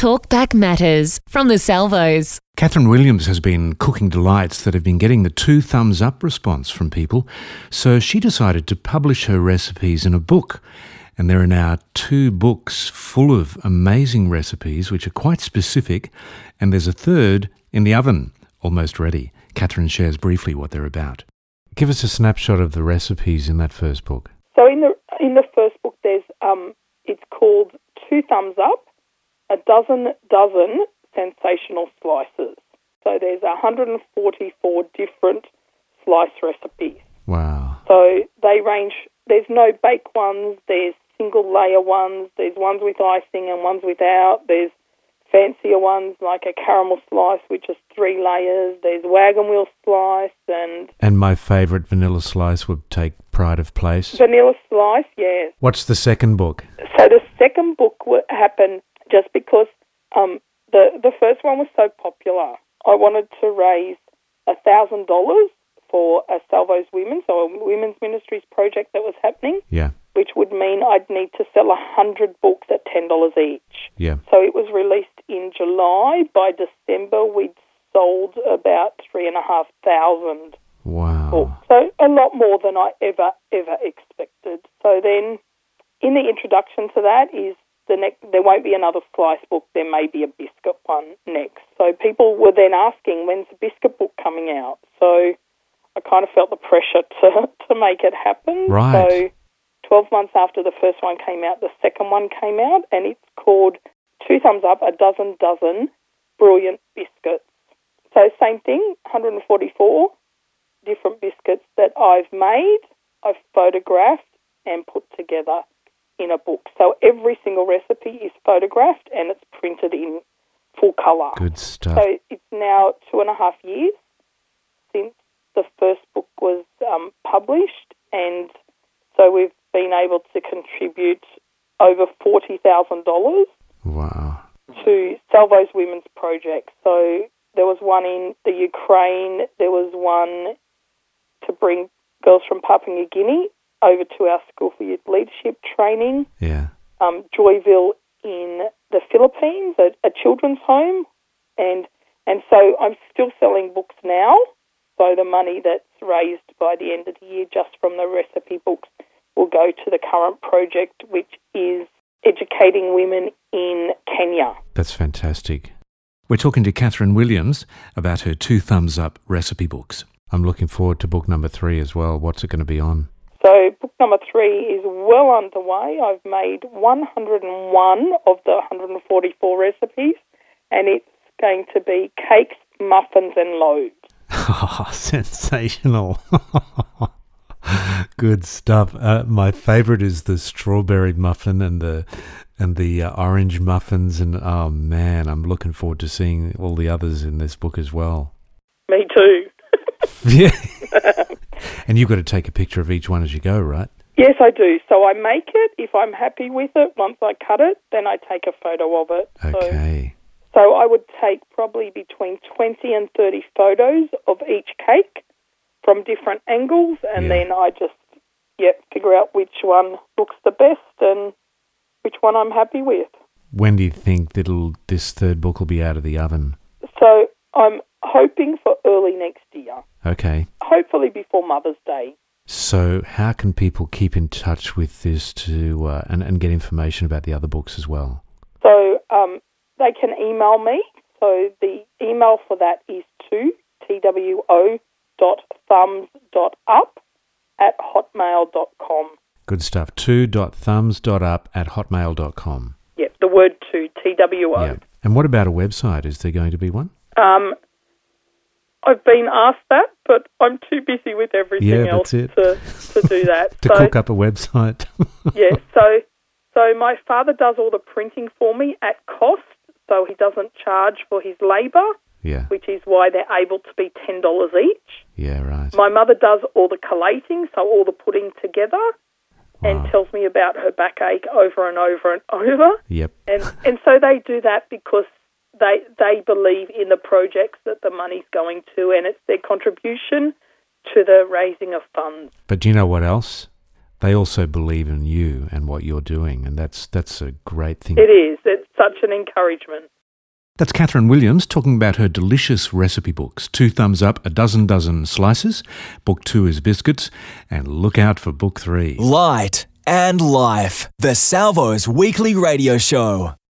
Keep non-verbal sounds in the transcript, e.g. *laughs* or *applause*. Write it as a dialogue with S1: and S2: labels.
S1: Talkback Matters from the Salvos.
S2: Catherine Williams has been cooking delights that have been getting the two thumbs up response from people, so she decided to publish her recipes in a book. And there are now two books full of amazing recipes, which are quite specific, and there's a third in the oven, almost ready. Catherine shares briefly what they're about. Give us a snapshot of the recipes in that first book.
S3: So in the in the first book, there's um, it's called Two Thumbs Up, a dozen dozen sensational slices. So there's 144 different slice recipes.
S2: Wow.
S3: So they range. There's no bake ones. There's single layer ones. There's ones with icing and ones without. There's fancier ones like a caramel slice, which is three layers. There's wagon wheel slice and
S2: And my favourite vanilla slice would take pride of place.
S3: vanilla slice. Yes.
S2: What's the second book?
S3: So the second book w- happened just because um, the the first one was so popular. I wanted to raise thousand dollars for a Salvos Women, so a women's ministries project that was happening,
S2: Yeah,
S3: which would mean I'd need to sell hundred books at ten dollars each.
S2: yeah.
S3: So it was released in July. By December, we'd sold about three and a half thousand
S2: Wow.
S3: books. So a lot more than I ever, ever expected. So then, in the introduction to that is the next. There won't be another slice book. There may be a biscuit one next. So people were then asking, when's the biscuit book coming out? So I kind of felt the pressure *laughs* to to make it happen.
S2: Right.
S3: So. 12 months after the first one came out, the second one came out, and it's called Two Thumbs Up, A Dozen Dozen Brilliant Biscuits. So, same thing, 144 different biscuits that I've made, I've photographed, and put together in a book. So, every single recipe is photographed and it's printed in full colour.
S2: Good stuff.
S3: So it's now two and a half years since the first book was um, published, and so we've been able to contribute over forty thousand dollars
S2: Wow.
S3: to Salvo's Women's Project. So there was one in the Ukraine, there was one to bring girls from Papua New Guinea over to our School for Youth Leadership training
S2: Yeah.
S3: um, Joyville in the Philippines, a, a children's home, and and so I'm still selling books now. So the money that's raised by the end of the year, just from the recipe books, will go to the current project, which is educating women in Kenya.
S2: That's fantastic. We're talking to Catherine Williams about her two thumbs up recipe books. I'm looking forward to book number three as well. What's it going to be on?
S3: So book number three is well underway. I've made 101 of the 144 recipes, and it's going to be cakes, muffins, and loaves.
S2: Oh, *laughs* sensational. *laughs* Good stuff. Uh, my favorite is the strawberry muffin and the and the uh, orange muffins and oh man, I'm looking forward to seeing all the others in this book as well. *laughs*
S3: Me too.
S2: Yeah. *laughs* and you've got to take a picture of each one as you go, right?
S3: Yes, I do. So I make it. If I'm happy with it, once I cut it, then I take a photo of it. So,
S2: Okay.
S3: so I would take probably between 20 and 30 photos of each cake from different angles, and
S2: Yeah.
S3: then I just yeah, figure out which one looks the best and which one I'm happy with.
S2: When do you think that this third book will be out of the oven?
S3: So I'm hoping for early next year,
S2: Okay.
S3: hopefully before Mother's Day.
S2: So, how can people keep in touch with this to uh, and, and get information about the other books as well?
S3: So um, they can email me. So the email for that is to two.thumbs.up at hotmail.com.
S2: Good stuff. Two dot thumbs dot up at hotmail.com.
S3: Yep, the word to, T-W-O.
S2: Yeah. And what about a website? Is there going to be one?
S3: Um, I've been asked that, but I'm too busy with everything
S2: Yeah,
S3: else
S2: that's it.
S3: To,
S2: *laughs*
S3: to do that.
S2: To
S3: so,
S2: cook up a website? *laughs*
S3: yeah, so, so my father does all the printing for me at cost, so he doesn't charge for his labour,
S2: yeah.
S3: which is why they're able to be $10 each.
S2: Yeah, right.
S3: My mother does all the collating, so all the putting together,
S2: Wow.
S3: and tells me about her backache over and over and over.
S2: Yep.
S3: And and so they do that because they they believe in the projects that the money's going to, and it's their contribution to the raising of funds.
S2: But do you know what else? They also believe in you and what you're doing, and that's that's a great thing.
S3: It is. It's such an encouragement.
S2: That's Catherine Williams talking about her delicious recipe books. Two thumbs up, a dozen dozen slices. Book two is biscuits, and look out for book three.
S4: Light and life. The Salvo's weekly radio show.